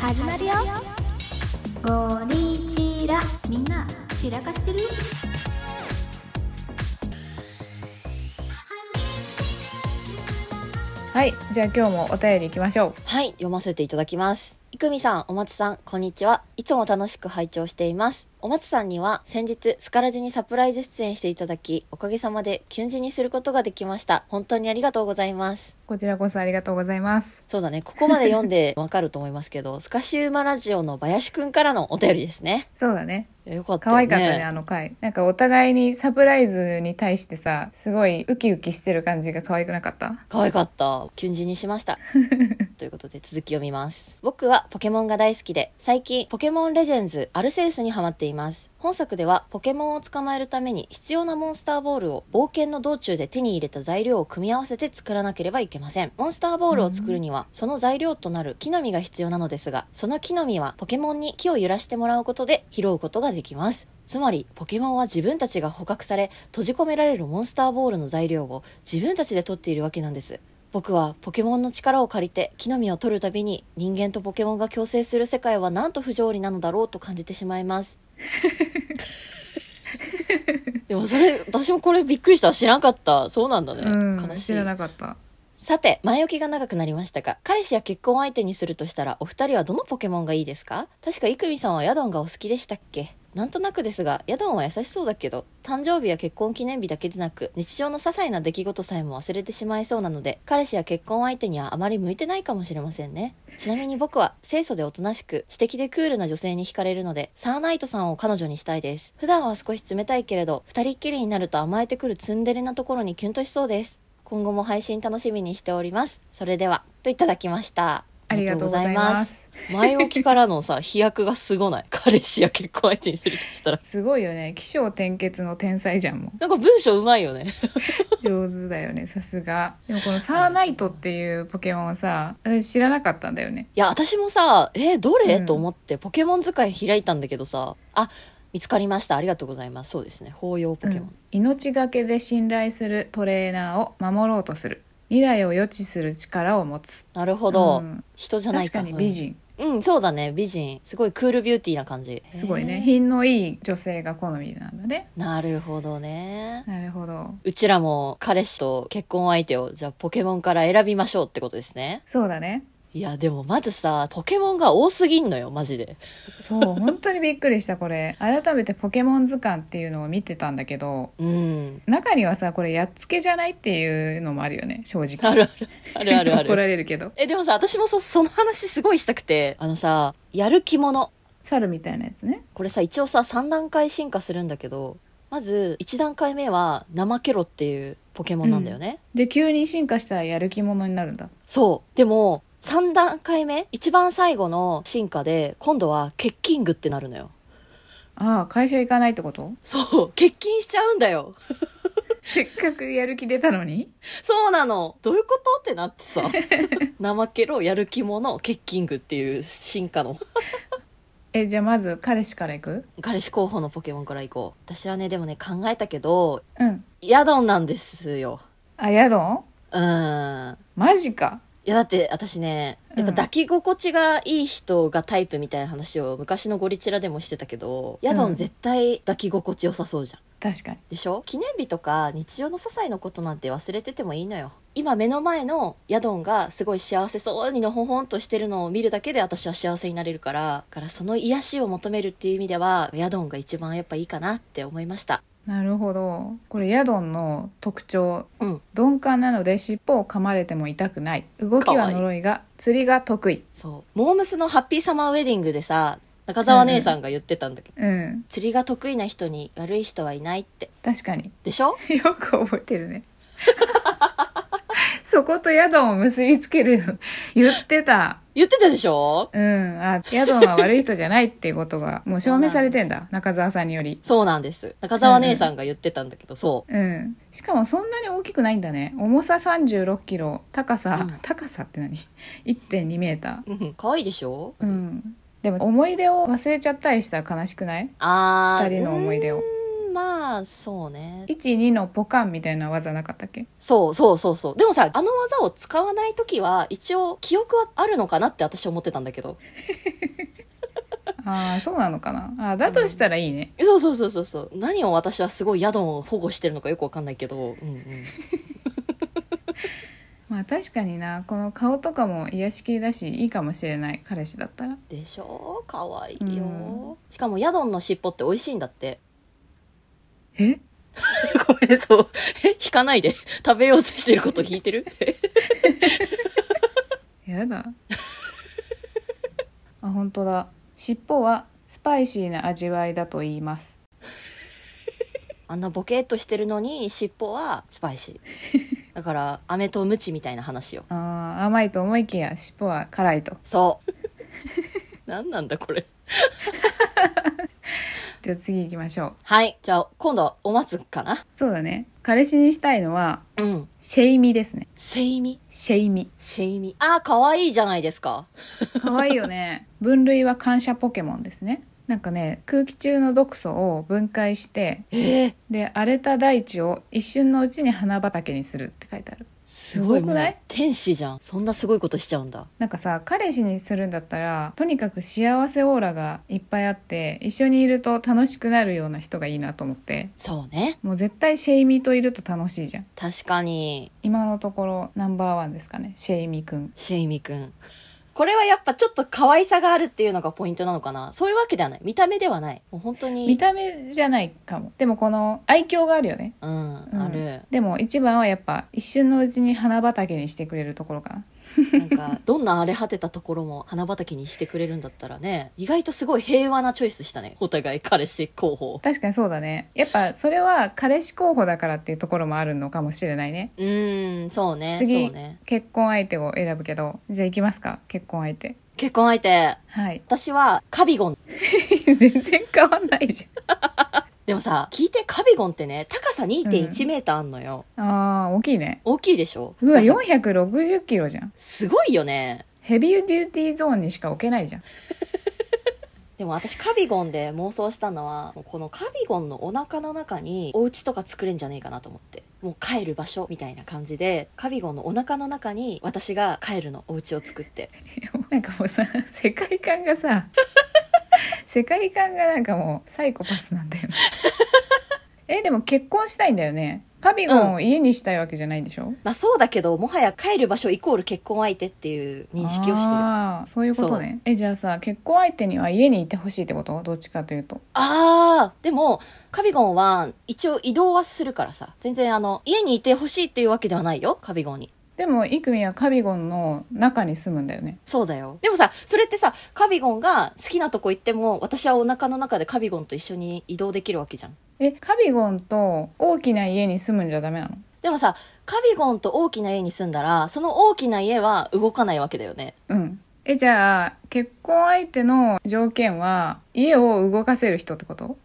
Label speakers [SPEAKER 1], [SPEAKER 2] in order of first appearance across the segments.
[SPEAKER 1] 始まるよゴリチラみんな散らかしてる
[SPEAKER 2] はい、じゃあ今日もお便り行きましょ
[SPEAKER 3] はい、読ませていただきます。いくみさん、お松さん、こんにちは。いつも楽しく拝聴しています。お松さんには先日、スカラジにサプライズ出演していただき、おかげさまでキュンジにすることができました。本当にありがとうございます
[SPEAKER 2] う。。こちらこそありがとうございます。
[SPEAKER 3] そうだね、ここまで読 んでわかると思いますけど、スカシウマラジオの林くんからのお便りですね。
[SPEAKER 2] そうだね。
[SPEAKER 3] いやよかった
[SPEAKER 2] 可
[SPEAKER 3] よね。
[SPEAKER 2] 愛かったね、あの回。なんかお互いにサプライズに対してさ、すごいウキウキしてる感じが可愛くなかった
[SPEAKER 3] 可愛かった。キュンジにしました。 ということで続き読みます。僕はポケモンが大好きで、最近ポケモンレジェンズアルセウスにハマっています。本作ではポケモンを捕まえるために必要なモンスターボールを冒険の道中で手に入れた材料を組み合わせて作らなければいけません。モンスターボールを作るにはその材料となる木の実が必要なのですが、その木の実はポケモンに木を揺らしてもらうことで拾うことができます。つまりポケモンは自分たちが捕獲され閉じ込められるモンスターボールの材料を自分たちで取っているわけなんです僕はポケモンの力を借りて木の実を取るたびに人間とポケモンが共生する世界はなんと不条理なのだろうと感じてしまいます でもそれ私もこれびっくりした知らんかったそうなんだね、
[SPEAKER 2] うん、
[SPEAKER 3] 悲し
[SPEAKER 2] 知
[SPEAKER 3] い
[SPEAKER 2] らなかった。
[SPEAKER 3] さて前置きが長くなりましたが彼氏や結婚相手にするとしたらお二人はどのポケモンがいいですか確か生見さんはヤドンがお好きでしたっけなんとなくですがヤドンは優しそうだけど誕生日や結婚記念日だけでなく日常の些細な出来事さえも忘れてしまいそうなので彼氏や結婚相手にはあまり向いてないかもしれませんねちなみに僕は清楚でおとなしく知的でクールな女性に惹かれるのでサーナイトさんを彼女にしたいです普段は少し冷たいけれど二人っきりになると甘えてくるツンデレなところにキュンとしそうです今後も配信楽しみにしておりますそれではといただきました
[SPEAKER 2] ありがとうございます。
[SPEAKER 3] ありがとうございます前置きからの さ飛躍がすごない彼氏や結婚相手にするとしたら
[SPEAKER 2] すごいよね。起承転結の天才じゃんもう。
[SPEAKER 3] なんか文章うまいよね
[SPEAKER 2] 上手だよね、さすが。でもこのサーナイトっていうポケモンさ、私知らなかったんだよね。
[SPEAKER 3] いや私もさえーどれ、
[SPEAKER 2] うん
[SPEAKER 3] と思ってポケモン図鑑開いたんだけどさあ見つかりましたありがとうございますそうですね法要ポケモン、
[SPEAKER 2] うん命がけで信頼するトレーナーを守ろうとする未来を予知する力を持つ
[SPEAKER 3] なるほど、
[SPEAKER 2] うん
[SPEAKER 3] 人じゃない
[SPEAKER 2] 確か
[SPEAKER 3] か
[SPEAKER 2] に美人、
[SPEAKER 3] うん、うんそうだね美人すごいクールビューティーな感じ
[SPEAKER 2] すごいね
[SPEAKER 3] へー
[SPEAKER 2] 品のいい女性が好みなんだね
[SPEAKER 3] なるほどね
[SPEAKER 2] なるほど
[SPEAKER 3] うちらも彼氏と結婚相手をじゃあポケモンから選びましょうってことですね
[SPEAKER 2] そうだね
[SPEAKER 3] いやでもまずさポケモンが多すぎんのよマジで
[SPEAKER 2] そう本当にびっくりしたこれ 改めて「ポケモン図鑑」っていうのを見てたんだけど
[SPEAKER 3] うん
[SPEAKER 2] 中にはさこれやっつけじゃないっていうのもあるよね正直
[SPEAKER 3] あるあるあるあるあ
[SPEAKER 2] 怒
[SPEAKER 3] る
[SPEAKER 2] られるけど
[SPEAKER 3] えでもさ私もそその話すごいしたくてあのさやる気者
[SPEAKER 2] 猿みたいなやつね
[SPEAKER 3] これさ一応さ3段階進化するんだけどまず1段階目は怠けろっていうポケモンなんだよね、
[SPEAKER 2] で急に進化したらやる気者になるんだ
[SPEAKER 3] そう。でも、3段階目一番最後の進化で、今度は欠勤具ってなるのよ。
[SPEAKER 2] ああ会社行かないってこと
[SPEAKER 3] そう。欠勤しちゃうんだよ。
[SPEAKER 2] せっかくやる気出たのに
[SPEAKER 3] そうなの。どういうことってなってさ。怠けろ、やる気者、欠勤具っていう進化の。
[SPEAKER 2] えじゃあまず彼氏から行く
[SPEAKER 3] 彼氏候補のポケモンから行こう。私はね、でもね、考えたけど、
[SPEAKER 2] うん
[SPEAKER 3] ヤドンなんですよ。
[SPEAKER 2] あヤドン
[SPEAKER 3] うーん。
[SPEAKER 2] マジか
[SPEAKER 3] いやだって私ね、やっぱ抱き心地がいい人がタイプみたいな話を昔のゴリチラでもしてたけど、ヤドン絶対抱き心地良さそうじゃん。
[SPEAKER 2] 確かに
[SPEAKER 3] でしょ記念日とか日常の些細なことなんて忘れててもいいのよ今目の前のヤドンがすごい幸せそうにのほほんとしてるのを見るだけで私は幸せになれるからだからその癒しを求めるっていう意味ではヤドンが一番やっぱいいかなって思いました
[SPEAKER 2] なるほどこれヤドンの特徴
[SPEAKER 3] うん
[SPEAKER 2] 鈍感なので尻尾を噛まれても痛くない動きは呪いが釣りが得意
[SPEAKER 3] そうモームスのハッピーサマーウェディングでさ中澤姉さんが言ってたんだけ
[SPEAKER 2] う
[SPEAKER 3] ど、
[SPEAKER 2] ん
[SPEAKER 3] 釣りが得意な人に悪い人はいないって
[SPEAKER 2] 確かに
[SPEAKER 3] でしょ
[SPEAKER 2] よく覚えてるね そことヤドンを結びつけるの言ってた
[SPEAKER 3] 言ってたでしょ
[SPEAKER 2] うんあヤドンは悪い人じゃないっていうことがもう証明されてんだ中澤さんにより
[SPEAKER 3] そうなんです中澤姉さんが言ってたんだけど、そう
[SPEAKER 2] うん、しかもそんなに大きくないんだね重さ3 6キロ高さ、
[SPEAKER 3] うん
[SPEAKER 2] 高さって何1.2メータ
[SPEAKER 3] うん可愛いでしょ
[SPEAKER 2] ーうんでも思い出を忘れちゃったりしたら悲しくない
[SPEAKER 3] あー
[SPEAKER 2] 二人の思い出を
[SPEAKER 3] うーんまあそうね
[SPEAKER 2] 12のポカンみたいな技なかったっけ
[SPEAKER 3] そうそうそうそうでもさあの技を使わない時は一応記憶はあるのかなって私は思ってたんだけど
[SPEAKER 2] ああそうなのかなあーだとしたらいいね、
[SPEAKER 3] そうそうそうそうそう何を私はすごい宿を保護してるのかよくわかんないけど、うんうん、
[SPEAKER 2] まあ確かになこの顔とかも癒し系だしいいかもしれない彼氏だったら
[SPEAKER 3] でしょかわいいよ、
[SPEAKER 2] うん
[SPEAKER 3] しかも宿の尻尾って美味しいんだ って
[SPEAKER 2] え
[SPEAKER 3] ごめん、そう。え、引かないで。食べようとしてること聞いてる
[SPEAKER 2] やだあ本当だ尻尾はスパイシーな味わいだと言います
[SPEAKER 3] あんなボケっとしてるのに、尻尾はスパイシー。だから、飴とムチみたいな話よ。
[SPEAKER 2] あー甘いと思いきや尻尾は辛いと
[SPEAKER 3] そう。 何なんだこれ。
[SPEAKER 2] じゃあ次行きましょう
[SPEAKER 3] はい。じゃあ、今度はお松かな
[SPEAKER 2] そうだね彼氏にしたいのは
[SPEAKER 3] うん。
[SPEAKER 2] シェイミですね
[SPEAKER 3] セイミ
[SPEAKER 2] シェイミ
[SPEAKER 3] シェイミ。あー、可愛いじゃないですか。
[SPEAKER 2] 可愛いよね分類は感謝ポケモンですねなんかね空気中の毒素を分解して
[SPEAKER 3] えー、
[SPEAKER 2] で荒れた大地を一瞬のうちに花畑にするって書いてある
[SPEAKER 3] すごい。
[SPEAKER 2] すごくない
[SPEAKER 3] もう天使じゃん。そんなすごいことしちゃうんだ。
[SPEAKER 2] なんかさ彼氏にするんだったらとにかく幸せオーラがいっぱいあって一緒にいると楽しくなるような人がいいなと思って
[SPEAKER 3] そうね。
[SPEAKER 2] もう絶対シェイミといると楽しいじゃん
[SPEAKER 3] 確かに、
[SPEAKER 2] 今のところナンバーワンですかねシェイミくん
[SPEAKER 3] シェイミくん。これはやっぱちょっと可愛さがあるっていうのがポイントなのかな。そういうわけではない。見た目ではない。もう本当
[SPEAKER 2] 見
[SPEAKER 3] に。
[SPEAKER 2] た目じゃないかもでもこの愛嬌があるよね
[SPEAKER 3] うん、
[SPEAKER 2] うん
[SPEAKER 3] ある。
[SPEAKER 2] でも一番はやっぱ一瞬のうちに花畑にしてくれるところかな
[SPEAKER 3] なんか、どんな荒れ果てたところも花畑にしてくれるんだったらね、意外とすごい平和なチョイスしたね。お互い彼氏候補。
[SPEAKER 2] 確かにそうだねやっぱそれは彼氏候補だからっていうところもあるのかもしれないね
[SPEAKER 3] うーん、そうね。
[SPEAKER 2] 次
[SPEAKER 3] そうね。
[SPEAKER 2] 結婚相手を選ぶけどじゃあ行きますか結婚相手
[SPEAKER 3] 結婚相手。
[SPEAKER 2] はい
[SPEAKER 3] 私はカビゴン。
[SPEAKER 2] 全然変わんないじ
[SPEAKER 3] でもさ、聞いてカビゴンってね、高さ2.1メーターあんのよ。
[SPEAKER 2] ゃんあー大きいね
[SPEAKER 3] 大きいでしょ
[SPEAKER 2] うわ
[SPEAKER 3] 高さ
[SPEAKER 2] 460キロじゃん
[SPEAKER 3] すごいよね。
[SPEAKER 2] ヘビーデューティーゾーンにしか置けないじゃん
[SPEAKER 3] でも私カビゴンで妄想したのはもうこのカビゴンのお腹の中にお家とか作れんじゃねえかなと思ってもう帰る場所みたいな感じでカビゴンのお腹の中に私が帰るのお家を作って
[SPEAKER 2] なんかもうさ世界観が さ世界観がなんかもうサイコパスなんだよねえでも結婚したいんだよねカビゴンを家にしたいわけじゃないんでしょ、
[SPEAKER 3] まあそうだけどもはや帰る場所イコール結婚相手っていう認識をしてるあ
[SPEAKER 2] あーそういうことねえじゃあさ結婚相手には家にいてほしいってことどっちかというと
[SPEAKER 3] あーでもカビゴンは一応移動はするからさ全然あの家にいてほしいっていうわけではないよカビゴンに
[SPEAKER 2] でもイクミはカビゴンの中に住むんだよね
[SPEAKER 3] そうだよ。でもさ、それってさ、カビゴンが好きなとこ行っても、私はお腹の中でカビゴンと一緒に移動できるわけじゃん。
[SPEAKER 2] えカビゴンと大きな家に住むんじゃダメなの
[SPEAKER 3] でもさ、カビゴンと大きな家に住んだら、その大きな家は動かないわけだよね。
[SPEAKER 2] うんえじゃあ結婚相手の条件は家を動かせる人ってこと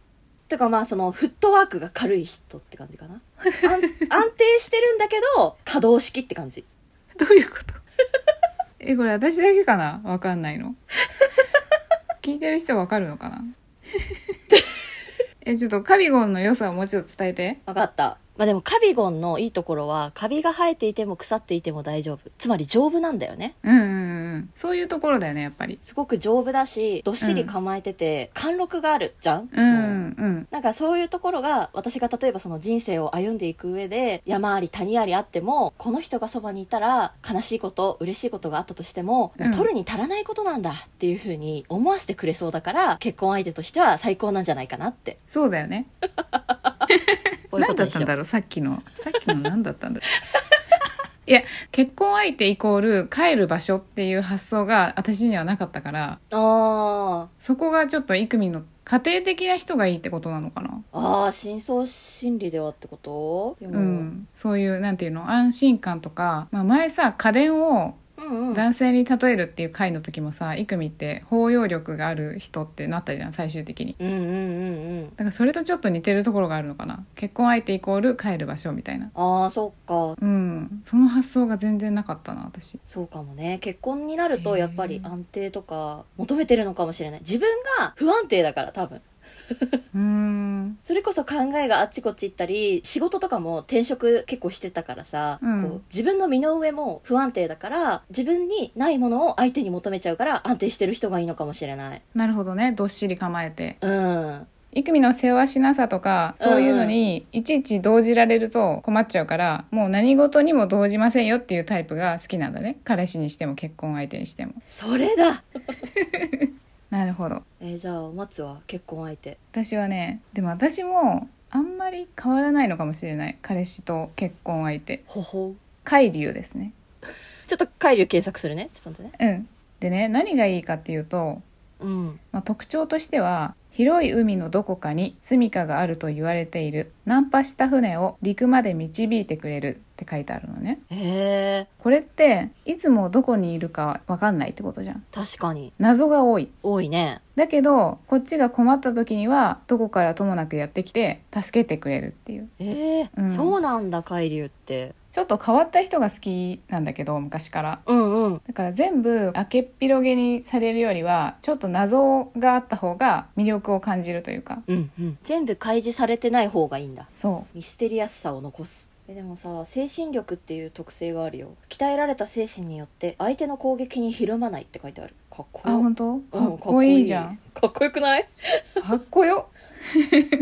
[SPEAKER 3] てかまあ、その、フットワークが軽い人って感じかな。安安定してるんだけど、可動式って感じ。
[SPEAKER 2] どういうことえ、これ私だけかなわかんない の。聞いてる人わかるのかな え、ちょっとカビゴンの良さをもうちょっと伝えて。
[SPEAKER 3] わかった。まあでもカビゴンのいいところは、カビが生えていても腐っていても大丈夫。つまり丈夫なんだよね。
[SPEAKER 2] うんうんうん。そういうところだよね、やっぱり。
[SPEAKER 3] すごく丈夫だし、どっしり構えてて、貫禄があるじゃん
[SPEAKER 2] うんうん。
[SPEAKER 3] なんかそういうところが私が例えばその人生を歩んでいく上で山あり谷ありあってもこの人がそばにいたら悲しいこと嬉しいことがあったとしても、
[SPEAKER 2] うん
[SPEAKER 3] 取るに足らないことなんだっていうふうに思わせてくれそうだから結婚相手としては最高なんじゃないかなって
[SPEAKER 2] そうだよね。
[SPEAKER 3] こういうこ
[SPEAKER 2] 何
[SPEAKER 3] と
[SPEAKER 2] だ
[SPEAKER 3] に
[SPEAKER 2] っ
[SPEAKER 3] したよ
[SPEAKER 2] んだ
[SPEAKER 3] う
[SPEAKER 2] ろう、さっきの。さっきの何だったんだろ う。いや、結婚相手イコール帰る場所っていう発想が私にはなかったから、
[SPEAKER 3] あー
[SPEAKER 2] そこがちょっとイクミの家庭的な人がいいってことなのかな。
[SPEAKER 3] あー深層心理ではってことでも
[SPEAKER 2] うん、そういうなんていうの安心感とか、まあ、前さ家電を
[SPEAKER 3] うんうん
[SPEAKER 2] 男性に例えるっていう回の時もさイクミって包容力がある人ってなったじゃん最終的に
[SPEAKER 3] うんうんうんうん
[SPEAKER 2] だからそれとちょっと似てるところがあるのかな結婚相手イコール帰る場所みたいな
[SPEAKER 3] ああそっか
[SPEAKER 2] うんその発想が全然なかったな私
[SPEAKER 3] そうかもね結婚になるとやっぱり
[SPEAKER 2] へー
[SPEAKER 3] 安定とか求めてるのかもしれない自分が不安定だから多分
[SPEAKER 2] うーん
[SPEAKER 3] それこそ考えがあっちこっち行ったり仕事とかも転職結構してたからさ、
[SPEAKER 2] うん
[SPEAKER 3] こう自分の身の上も不安定だから自分にないものを相手に求めちゃうから安定してる人がいいのかもしれない
[SPEAKER 2] なるほどねどっしり構えて
[SPEAKER 3] うん
[SPEAKER 2] イクミの世話しなさとかそういうのにいちいち動じられると困っちゃうから、もう何事にも動じませんよっていうタイプが好きなんだね彼氏にしても結婚相手にしても
[SPEAKER 3] それだ
[SPEAKER 2] なるほど
[SPEAKER 3] えーじゃあ松は結婚相手
[SPEAKER 2] 私はねでも私もあんまり変わらないのかもしれない彼氏と結婚相手
[SPEAKER 3] ほほ
[SPEAKER 2] 海流ですね
[SPEAKER 3] ちょっと海流検索するねちょっと待ってね
[SPEAKER 2] うんでね何がいいかっていうと、
[SPEAKER 3] うん
[SPEAKER 2] まあ、特徴としては広い海のどこかに住処があると言われている難破した船を陸まで導いてくれるって書いてあるのね
[SPEAKER 3] へえ
[SPEAKER 2] これっていつもどこにいるかわかんないってことじゃん
[SPEAKER 3] 確かに
[SPEAKER 2] 謎が多い
[SPEAKER 3] 多いね
[SPEAKER 2] だけどこっちが困った時にはどこからともなくやってきて助けてくれるっていう
[SPEAKER 3] えー
[SPEAKER 2] うん
[SPEAKER 3] そうなんだ海流って
[SPEAKER 2] ちょっと変わった人が好きなんだけど昔から
[SPEAKER 3] うんうん
[SPEAKER 2] だから全部明けっ広げにされるよりはちょっと謎があった方が魅力を感じるというか
[SPEAKER 3] うんうん全部開示されてない方がいいんだ
[SPEAKER 2] そ
[SPEAKER 3] ミステリアスさを残すえでもさ精神力っていう特性があるよ鍛えられた精神によって相手の攻撃にひるまないって書いてあるかっこ
[SPEAKER 2] うあ
[SPEAKER 3] よ
[SPEAKER 2] 本当
[SPEAKER 3] う
[SPEAKER 2] かっこいいじゃん
[SPEAKER 3] かっこよくない
[SPEAKER 2] かっこよ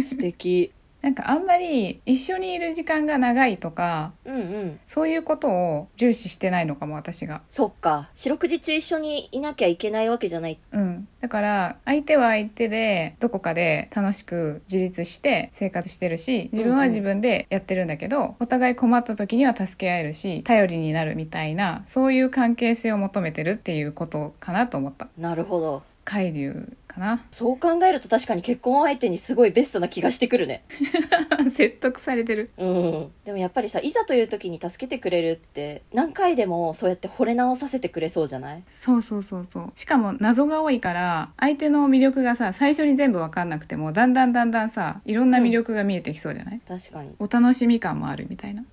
[SPEAKER 3] 素敵
[SPEAKER 2] なんかあんまり一緒にいる時間が長いとか
[SPEAKER 3] うんうん
[SPEAKER 2] そういうことを重視してないのかも私が
[SPEAKER 3] そっか四六時中一緒にいなきゃいけないわけじゃない
[SPEAKER 2] うん、だから相手は相手でどこかで楽しく自立して生活してるし自分は自分でやってるんだけど、お互い困った時には助け合えるし頼りになるみたいなそういう関係性を求めてるっていうことかなと思った
[SPEAKER 3] なるほど
[SPEAKER 2] 海流かな
[SPEAKER 3] そう考えると確かに結婚相手にすごいベストな気がしてくるね
[SPEAKER 2] 説得されてる
[SPEAKER 3] うんでもやっぱりさいざという時に助けてくれるって何回でもそうやって惚れ直させてくれそうじゃない
[SPEAKER 2] そうそうそうそうしかも謎が多いから相手の魅力がさ最初に全部分かんなくてもだんだんだんだんさいろんな魅力が見えてきそうじゃない、
[SPEAKER 3] 確かに
[SPEAKER 2] お楽しみ感もあるみたいな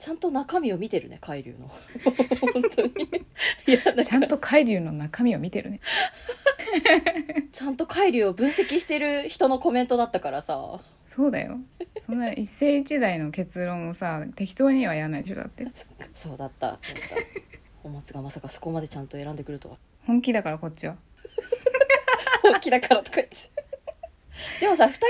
[SPEAKER 3] ちゃんと中身を見てるね海流の本当にいやなんか
[SPEAKER 2] ちゃんと海流の中身を見てるね
[SPEAKER 3] ちゃんと海流を分析してる人のコメントだったからさ
[SPEAKER 2] そうだよそんな一世一代の結論をさ適当にはやらないでしょだって
[SPEAKER 3] そうだったそうだったお松がまさかそこまでちゃんと選んでくるとは
[SPEAKER 2] 本気だからこっちは
[SPEAKER 3] 本気だからとか言ってでもさ2人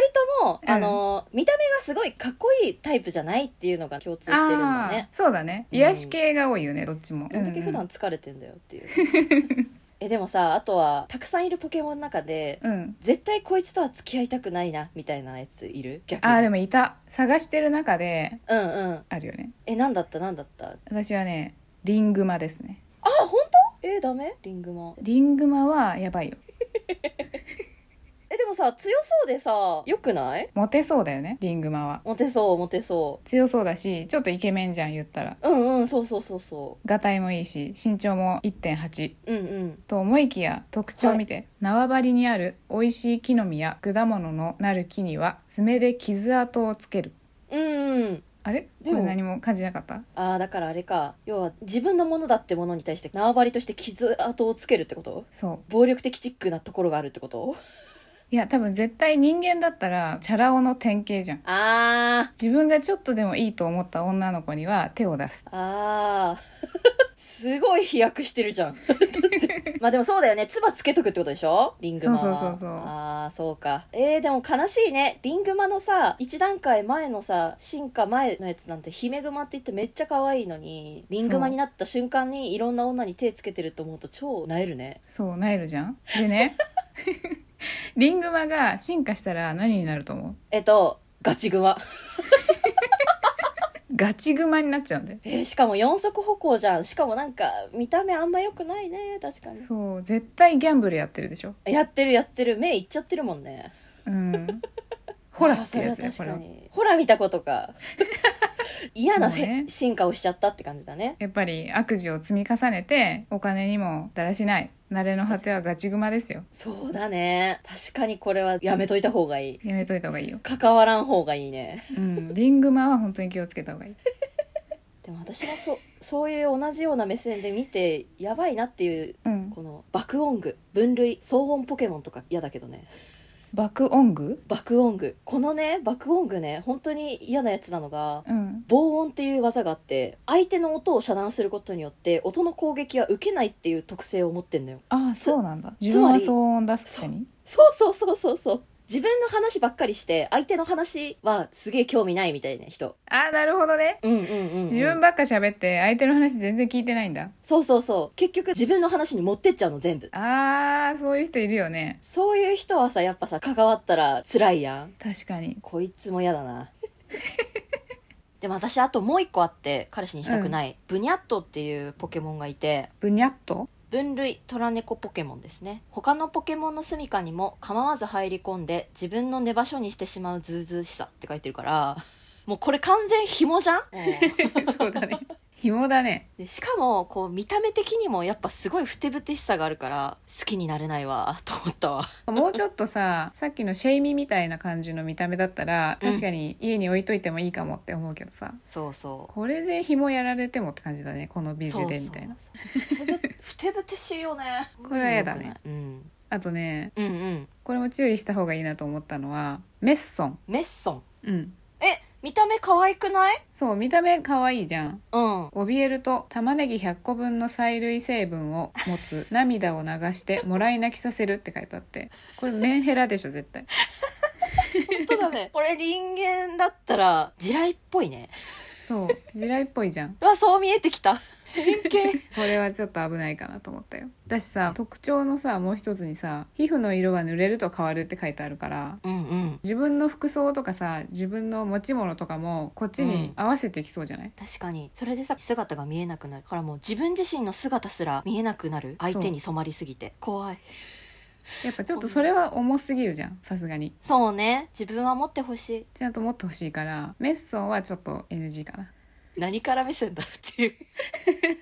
[SPEAKER 3] とも、
[SPEAKER 2] うん
[SPEAKER 3] あの見た目がすごいかっこいいタイプじゃないっていうのが共通してるんだね
[SPEAKER 2] あーそうだね
[SPEAKER 3] うん
[SPEAKER 2] 癒し系が多いよねどっちも
[SPEAKER 3] どんだけ普段
[SPEAKER 2] うん
[SPEAKER 3] 疲れてんだよっていう えでもさあとはたくさんいるポケモンの中で、
[SPEAKER 2] うん、うん
[SPEAKER 3] 絶対こいつとは付き合いたくないなみたいなやついる逆に
[SPEAKER 2] あーでもいた探してる中で
[SPEAKER 3] うんうん
[SPEAKER 2] あるよね
[SPEAKER 3] えなんだったなんだったあ
[SPEAKER 2] 私はねリングマですね
[SPEAKER 3] 本当えダメリングマ
[SPEAKER 2] リングマはやばいよ
[SPEAKER 3] えでもさ強そうでさよくない
[SPEAKER 2] モテそうだよねリングマは
[SPEAKER 3] モテそうモテそ
[SPEAKER 2] 強そうだしちょっとイケメンじゃん言ったら
[SPEAKER 3] ううんうんそうそうそうそ
[SPEAKER 2] がたいもいいし身長も1.8
[SPEAKER 3] ううんうん
[SPEAKER 2] と思いきや特徴を見て、縄張りにある美味しい木の実や果物のなる木には爪で傷跡をつける
[SPEAKER 3] うんうん
[SPEAKER 2] あれこ
[SPEAKER 3] でも
[SPEAKER 2] れ何も感じなかった
[SPEAKER 3] あーだからあれか要は自分のものだってものに対して縄張りとして傷跡をつけるってこと
[SPEAKER 2] そう
[SPEAKER 3] 暴力的チックなところがあるってこと
[SPEAKER 2] いや多分絶対人間だったらチャラ男の典型じゃん
[SPEAKER 3] あー
[SPEAKER 2] 自分がちょっとでもいいと思った女の子には手を出す
[SPEAKER 3] あー すごい飛躍してるじゃ んまあでもそうだよね唾つけとくってことでしょリングマは
[SPEAKER 2] そうそうそうそう
[SPEAKER 3] ああそうかえー、でも悲しいねリングマのさ一段階前のさ進化前のやつなんてヒメグマって言ってめっちゃ可愛いのにリングマになった瞬間にいろんな女に手つけてると思うと超なえるね
[SPEAKER 2] そうなえるじゃんで ねリングマが進化したら何になると思
[SPEAKER 3] えっとガチグマ
[SPEAKER 2] うガチグマになっちゃうんだよ
[SPEAKER 3] えーしかも四足歩行じゃんしかもなんか見た目あんま良くないね確かに
[SPEAKER 2] そう絶対ギャンブルやってるでしょ
[SPEAKER 3] やってるやってる目いっちゃってるもんね
[SPEAKER 2] うん ほら
[SPEAKER 3] あー
[SPEAKER 2] ってやつだよ
[SPEAKER 3] そ
[SPEAKER 2] こ
[SPEAKER 3] れ
[SPEAKER 2] れ
[SPEAKER 3] は
[SPEAKER 2] は
[SPEAKER 3] 確かにほら見たこ とか嫌な、
[SPEAKER 2] もうね
[SPEAKER 3] 進化をしちゃったって感じだね
[SPEAKER 2] やっぱり悪事を積み重ねてお金にもだらしない慣れの果てはガチグマですよ
[SPEAKER 3] そうだね確かにこれはやめといた方がいい
[SPEAKER 2] やめといた方がいいよ
[SPEAKER 3] 関わらん方がいいね
[SPEAKER 2] うんリングマは本当に気をつけた方がいい
[SPEAKER 3] でも私もそそういう同じような目線で見てやばいなっていう
[SPEAKER 2] うん
[SPEAKER 3] この爆音具分類騒音ポケモンとか嫌だけどね
[SPEAKER 2] 爆音具
[SPEAKER 3] 爆音具このね爆音具ね本当に嫌なやつなのが
[SPEAKER 2] うん。
[SPEAKER 3] 防音っていう技があって相手の音を遮断することによって音の攻撃は受けないっていう特性を持ってんのよ
[SPEAKER 2] ああ、そうなんだ。
[SPEAKER 3] つ
[SPEAKER 2] 自分は
[SPEAKER 3] つまり
[SPEAKER 2] 騒音出すくせに。
[SPEAKER 3] そうそうそうそうそう自分の話ばっかりして相手の話はすげえ興味ないみたいな人
[SPEAKER 2] ああ、なるほどね。
[SPEAKER 3] うんうんうん、うん
[SPEAKER 2] 自分ばっか喋って相手の話全然聞いてないんだ。
[SPEAKER 3] そうそうそう結局自分の話に持ってっちゃうの全部
[SPEAKER 2] ああ、そういう人いるよね。
[SPEAKER 3] そういう人はさやっぱさ関わったら辛いやん
[SPEAKER 2] 確かに。
[SPEAKER 3] こいつも嫌だなでも私あともう一個あって彼氏にしたくない、ブニャットっていうポケモンがいて
[SPEAKER 2] ブニャッと
[SPEAKER 3] 分類トラネコポケモンですね他のポケモンの住処にも構わず入り込んで自分の寝場所にしてしまうズうずうしさって書いてるからもうこれ完全紐じゃん
[SPEAKER 2] そうだね。 紐だね。
[SPEAKER 3] でしかもこう見た目的にもやっぱすごいふてぶてしさがあるから好きになれないわと思ったわ
[SPEAKER 2] もうちょっとさ、さっきのシェイミみたいな感じの見た目だったら、
[SPEAKER 3] うん
[SPEAKER 2] 確かに家に置いといてもいいかもって思うけどさ、
[SPEAKER 3] そうそう
[SPEAKER 2] これで紐やられてもって感じだね、このビジュでみたいな。
[SPEAKER 3] そうそうそうふてぶふてぶてしいよね
[SPEAKER 2] これは嫌だね
[SPEAKER 3] うん
[SPEAKER 2] あとね、
[SPEAKER 3] うんうん
[SPEAKER 2] これも注意した方がいいなと思ったのは、メッソン。
[SPEAKER 3] メッソン
[SPEAKER 2] うん。
[SPEAKER 3] え見た目可愛くない
[SPEAKER 2] そう、見た目可愛いじゃん。
[SPEAKER 3] うん
[SPEAKER 2] 怯えると玉ねぎ100個分の催涙成分を持 つ涙を流してもらい泣きさせるって書いてあってこれメンヘラでしょ絶対
[SPEAKER 3] 本当だねこれ人間だったら地雷っぽいね
[SPEAKER 2] そう地雷っぽいじゃん
[SPEAKER 3] うわそう見えてきた偏見
[SPEAKER 2] これはちょっと危ないかなと思ったよだしさ特徴のさもう一つにさ皮膚の色は濡れると変わるって書いてあるから
[SPEAKER 3] うんうん
[SPEAKER 2] 自分の服装とかさ自分の持ち物とかもこっちに合わせてきそうじゃない、
[SPEAKER 3] 確かにそれでさ姿が見えなくなるからもう自分自身の姿すら見えなくなる相手に染まりすぎて怖い
[SPEAKER 2] やっぱちょっとそれは重すぎるじゃんさすがに
[SPEAKER 3] そうね自分は持ってほしい
[SPEAKER 2] ちゃんと持ってほしいからメッソンはちょっと NG かな
[SPEAKER 3] 何から目線だっていう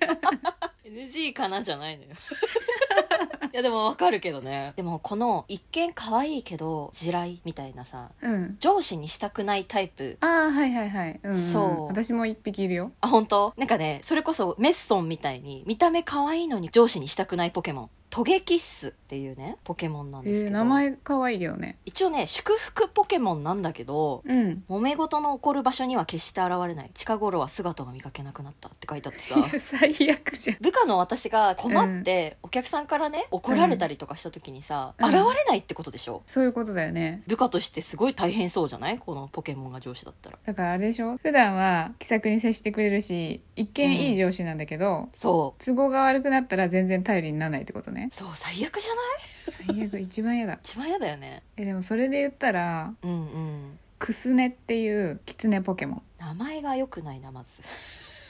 [SPEAKER 3] NG かなじゃないのよ いやでもわかるけどねでもこの一見可愛いけど地雷みたいなさ
[SPEAKER 2] うん
[SPEAKER 3] 上司にしたくないタイプ
[SPEAKER 2] ああはいはいはい、うんん
[SPEAKER 3] そう
[SPEAKER 2] 私も一匹いるよ
[SPEAKER 3] あ本当なんかねそれこそメッソンみたいに見た目可愛いのに上司にしたくないポケモントゲキッスっていうねポケモンなん
[SPEAKER 2] え
[SPEAKER 3] ですけ
[SPEAKER 2] ー
[SPEAKER 3] ど、
[SPEAKER 2] 名前可愛いけどね
[SPEAKER 3] 一応ね祝福ポケモンなんだけど
[SPEAKER 2] うん
[SPEAKER 3] 揉め事の起こる場所には決して現れない近頃は姿が見かけなくなったって書いてあってさ
[SPEAKER 2] いや最悪じゃん
[SPEAKER 3] 部下の私が困ってお客さんからね怒られたりとかした時にさ、
[SPEAKER 2] うん
[SPEAKER 3] 現れないってことでしょ
[SPEAKER 2] そういうことだよね
[SPEAKER 3] 部下としてすごい大変そうじゃないこのポケモンが上司だったら
[SPEAKER 2] だからあれでしょ普段は気さくに接してくれるし一見いい上司なんだけど、
[SPEAKER 3] そ
[SPEAKER 2] 都合が悪くなったら全然頼りにならないってことね
[SPEAKER 3] うそう最悪じゃない
[SPEAKER 2] 最悪一番嫌だ
[SPEAKER 3] 一番嫌だよね
[SPEAKER 2] えでもそれで言ったら
[SPEAKER 3] うんうん
[SPEAKER 2] クスネっていうキツネポケモン
[SPEAKER 3] 名前が良くないな まず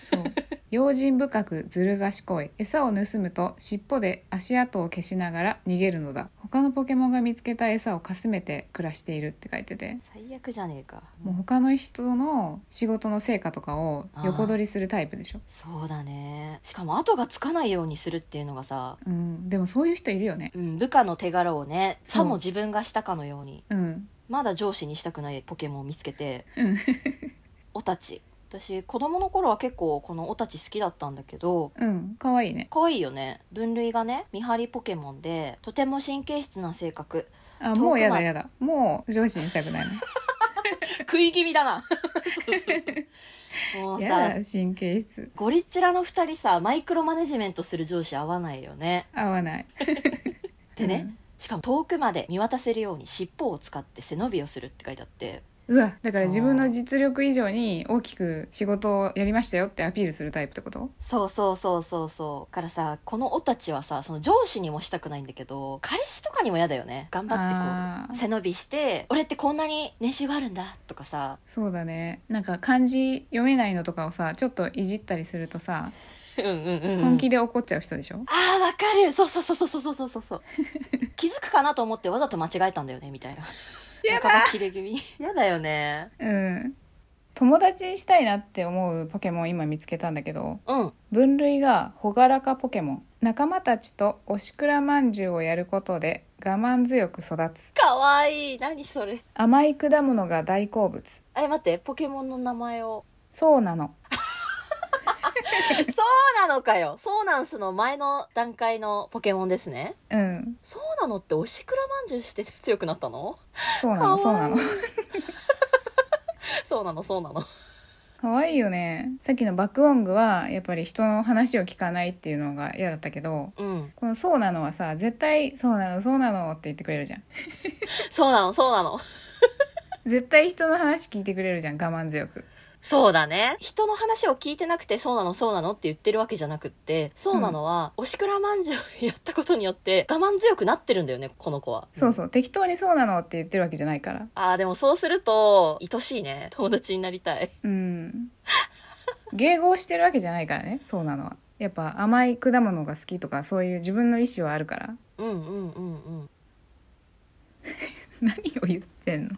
[SPEAKER 2] そう 用心深くずる賢い餌を盗むと尻尾で足跡を消しながら逃げるのだ他のポケモンが見つけた餌をかすめて暮らしているって書いてて
[SPEAKER 3] 最悪じゃねえか
[SPEAKER 2] もう他の人の仕事の成果とかを横取りするタイプでしょ
[SPEAKER 3] そうだねしかも後がつかないようにするっていうのがさ、
[SPEAKER 2] うんでもそういう人いるよね
[SPEAKER 3] うん、部下の手柄をね
[SPEAKER 2] そう
[SPEAKER 3] さも自分がしたかのように
[SPEAKER 2] うん
[SPEAKER 3] まだ上司にしたくないポケモンを見つけて
[SPEAKER 2] うん
[SPEAKER 3] オタチ私子供の頃は結構このオタチ好きだったんだけど
[SPEAKER 2] うん可愛いね
[SPEAKER 3] 可愛いよね分類がね見張りポケモンでとても神経質な性格
[SPEAKER 2] あ
[SPEAKER 3] 遠くま
[SPEAKER 2] もうやだやだもう上司にしたくないね
[SPEAKER 3] 食い気味だな そう そうもう
[SPEAKER 2] や
[SPEAKER 3] さ
[SPEAKER 2] だ神経質
[SPEAKER 3] ゴリチラの2人さマイクロマネジメントする上司合わないよね
[SPEAKER 2] 合わない
[SPEAKER 3] でね、しかも遠くまで見渡せるように尻尾を使って背伸びをするって書いてあって
[SPEAKER 2] うんうわだから自分の実力以上に大きく仕事をやりましたよってアピールするタイプってこと
[SPEAKER 3] そうそうそうそうそうだからさこのオタチはさその上司にもしたくないんだけど彼氏とかにも嫌だよね頑張ってこう
[SPEAKER 2] あー
[SPEAKER 3] 背伸びして「俺ってこんなに年収があるんだ」とかさ「
[SPEAKER 2] そうだねなんか漢字読めないのとかをさちょっといじったりするとさ
[SPEAKER 3] うんうんうんうん
[SPEAKER 2] 本気で怒っちゃう人でしょ、
[SPEAKER 3] あーわかるそうそうそうそうそうそうそうそう 気づくかなと思ってわざと間違えたんだよねみたいな
[SPEAKER 2] やだ
[SPEAKER 3] 半ば切れ気味やだよね
[SPEAKER 2] うん友達にしたいなって思うポケモン今見つけたんだけど
[SPEAKER 3] うん
[SPEAKER 2] 分類が朗らかポケモン仲間たちとおしくらまんじゅうをやることで我慢強く育つ
[SPEAKER 3] かわいい何それ
[SPEAKER 2] 甘い果物が大好物
[SPEAKER 3] あれ待ってポケモンの名前を
[SPEAKER 2] そうなの
[SPEAKER 3] そうなのかよ。そうなんすの前の段階のポケモンですね。
[SPEAKER 2] うん
[SPEAKER 3] そうなのっておしくらまんじゅうして 強くなったの
[SPEAKER 2] そうなの
[SPEAKER 3] か
[SPEAKER 2] そうな
[SPEAKER 3] わいい
[SPEAKER 2] の
[SPEAKER 3] そうなの、そうなの。
[SPEAKER 2] 可愛いよねさっきのバックオングはやっぱり人の話を聞かないっていうのが嫌だったけど
[SPEAKER 3] うん。
[SPEAKER 2] この「そうなの」はさ絶対「そうなのそうなの」って言ってくれるじゃん
[SPEAKER 3] そうなの、そうなの。
[SPEAKER 2] 絶対人の話聞いてくれるじゃん我慢強く
[SPEAKER 3] そうだね。人の話を聞いてなくて、そうなの、そうなのって言ってるわけじゃなくって、そうなのは、おしくらまんじゅうやったことによって、我慢強くなってるんだよね、この子は。
[SPEAKER 2] そうそう適当に「そうなの」って言ってるわけじゃないから
[SPEAKER 3] ああ、でもそうすると、愛しいね。友達になりたい。
[SPEAKER 2] うん迎合してるわけじゃないからねそうなのはやっぱ甘い果物が好きとかそういう自分の意思はあるから
[SPEAKER 3] うんうんうんうん。
[SPEAKER 2] 何を言ってんの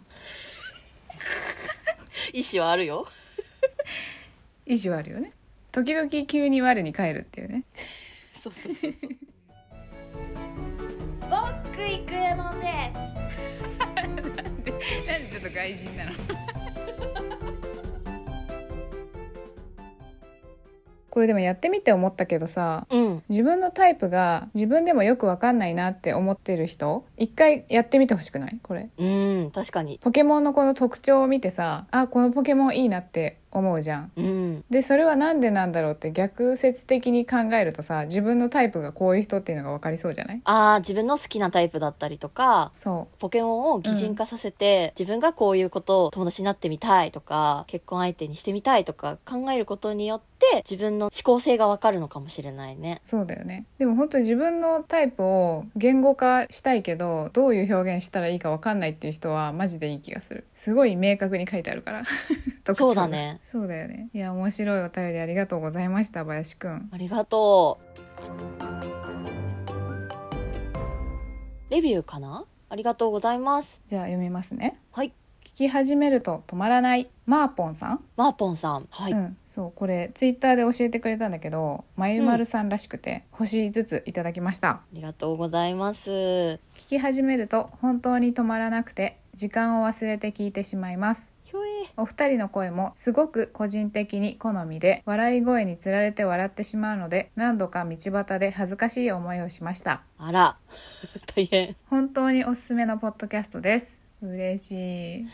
[SPEAKER 3] 意志はあるよ。
[SPEAKER 2] 意思はあるよね時々急に我に返るっていうね
[SPEAKER 3] そうそうそうそう。ボックイクエモンです。
[SPEAKER 2] なんでちょっと外人なの これでもやってみて思ったけどさ
[SPEAKER 3] うん。
[SPEAKER 2] 自分のタイプが自分でもよくわかんないなって思ってる人一回やってみてほしくないこれ
[SPEAKER 3] うん、確かに。
[SPEAKER 2] ポケモンのこの特徴を見てさあこのポケモンいいなって思うじゃん
[SPEAKER 3] うん。
[SPEAKER 2] でそれはなんでなんだろうって逆説的に考えるとさ自分のタイプがこういう人っていうのがわかりそうじゃない
[SPEAKER 3] ああ、自分の好きなタイプだったりとか、
[SPEAKER 2] そ
[SPEAKER 3] ポケモンを擬人化させて、自分がこういうことを友達になってみたいとか、結婚相手にしてみたいとか考えることによって、自分の思考性がわかるのかもしれないね。
[SPEAKER 2] うそうだよねでも本当に自分のタイプを言語化したいけどどういう表現したらいいかわかんないっていう人はマジでいい気がするすごい明確に書いてあるから 特徴
[SPEAKER 3] そ
[SPEAKER 2] が
[SPEAKER 3] うだね。
[SPEAKER 2] そうだよねいや面白いお便りありがとうございました林くん
[SPEAKER 3] ありがとう。レビューかなありがとうございます。
[SPEAKER 2] じゃあ読みますね
[SPEAKER 3] はい。
[SPEAKER 2] 聞き始めると止まらないマーポンさん
[SPEAKER 3] マーポンさん。はい。
[SPEAKER 2] うん、そうこれツイッターで教えてくれたんだけどまゆまるさんらしくて、星ずついただきました
[SPEAKER 3] ありがとうございます。
[SPEAKER 2] 聞き始めると本当に止まらなくて時間を忘れて聞いてしまいます
[SPEAKER 3] ひょえ。
[SPEAKER 2] お二人の声もすごく個人的に好みで笑い声につられて笑ってしまうので何度か道端で恥ずかしい思いをしました
[SPEAKER 3] あら。 大変。
[SPEAKER 2] 本当におすすめのポッドキャストです嬉しい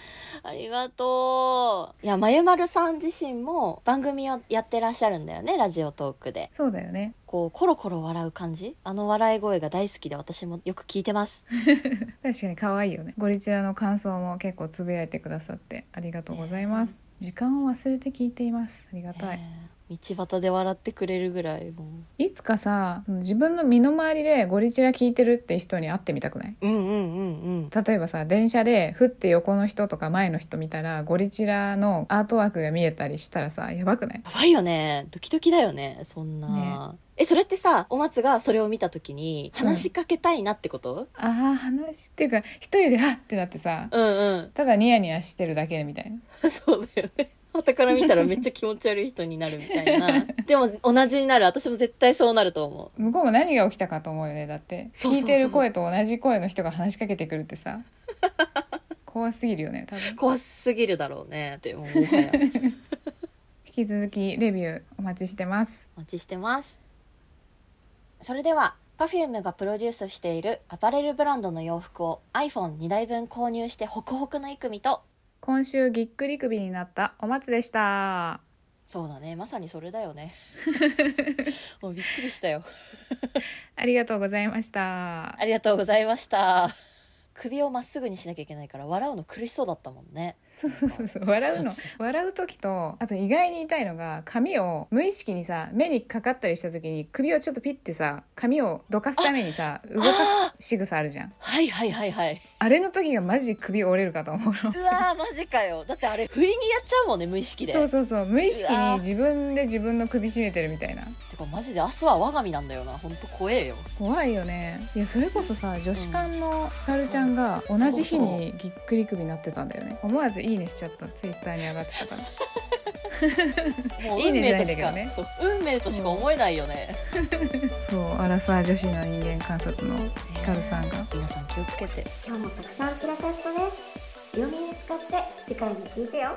[SPEAKER 3] ありがとう。いや、まゆまるさん自身も番組をやってらっしゃるんだよね、ラジオトークで。
[SPEAKER 2] そうだよね
[SPEAKER 3] こう、コロコロ笑う感じあの笑い声が大好きで私もよく聞いてます。
[SPEAKER 2] 確かに可愛いよねゴリチラの感想も結構つぶやいてくださってありがとうございます、時間を忘れて聞いていますありがたい、
[SPEAKER 3] えー道端で笑ってくれるぐらい、も。
[SPEAKER 2] いつかさ自分の身の回りでゴリチラ聞いてるって人に会ってみたくないう
[SPEAKER 3] うんうんうんうん。
[SPEAKER 2] 例えばさ電車でふって横の人とか前の人見たらゴリチラのアートワークが見えたりしたらさやばくない
[SPEAKER 3] やばいよね。ドキドキだよね。そんな。え、それってさ、お松がそれを見たときに、話しかけたいなってこと、
[SPEAKER 2] あー話っていうか一人であってなってさ
[SPEAKER 3] うん、うん
[SPEAKER 2] ただニヤニヤしてるだけみたいな
[SPEAKER 3] うん そうだよね。傍から見たらめっちゃ気持ち悪い人になるみたい な。でも同じになる。私も絶対そうなると思
[SPEAKER 2] 向こうも何が起きたかと思うよねだって
[SPEAKER 3] そうそうそう
[SPEAKER 2] 聞いてる声と同じ声の人が話しかけてくるって さ怖すぎるよね多分
[SPEAKER 3] う。怖すぎるだろうね。って、もうもはや。
[SPEAKER 2] 引き続きレビューお待ちしてます
[SPEAKER 3] お待ちしてます。それでは、Perfume がプロデュースしているアパレルブランドの洋服を iPhone2 台分購入してホクホクのイクミと、
[SPEAKER 2] 今週ぎっくり首になったお松でした
[SPEAKER 3] そうだね。まさにそれだよね。 もうびっくりしたよ。
[SPEAKER 2] ありがとうございました
[SPEAKER 3] ありがとうございました。首をまっすぐにしなきゃいけないから笑うの苦しそうだったもんね。
[SPEAKER 2] そうそうそうそう笑うの笑う時とあと意外に痛いのが髪を無意識にさ目にかかったりした時に首をちょっとピッてさ髪をどかすためにさ動か
[SPEAKER 3] あ
[SPEAKER 2] す仕草あるじゃん
[SPEAKER 3] はいはいはいはい。
[SPEAKER 2] あれの時がマジ首折れるかと思うの
[SPEAKER 3] うわー、マジかよ。だってあれ、不意にやっちゃうもんね、無意識で。
[SPEAKER 2] そうそうそう無意識
[SPEAKER 3] うわ
[SPEAKER 2] に自分で自分の首絞めてるみたいな
[SPEAKER 3] てか、マジで明日は我が身なんだよな。ほんと怖えよ。
[SPEAKER 2] 怖いよねいやそれこそさ女子館のひかるちゃんが同じ日にぎっくり首になってたんだよね思わず「いいね」しちゃったツイッターに上がってたから
[SPEAKER 3] もう
[SPEAKER 2] いい
[SPEAKER 3] 運
[SPEAKER 2] ね
[SPEAKER 3] 命とし
[SPEAKER 2] じゃ
[SPEAKER 3] か、
[SPEAKER 2] ないんだ
[SPEAKER 3] そう運命としか思えないよね。
[SPEAKER 2] そうアラサー女子の人間観察のひかるさんが
[SPEAKER 3] 皆さん気をつけて。
[SPEAKER 1] 今日もたくさん散らかしたね両耳使って次回も聞いてよ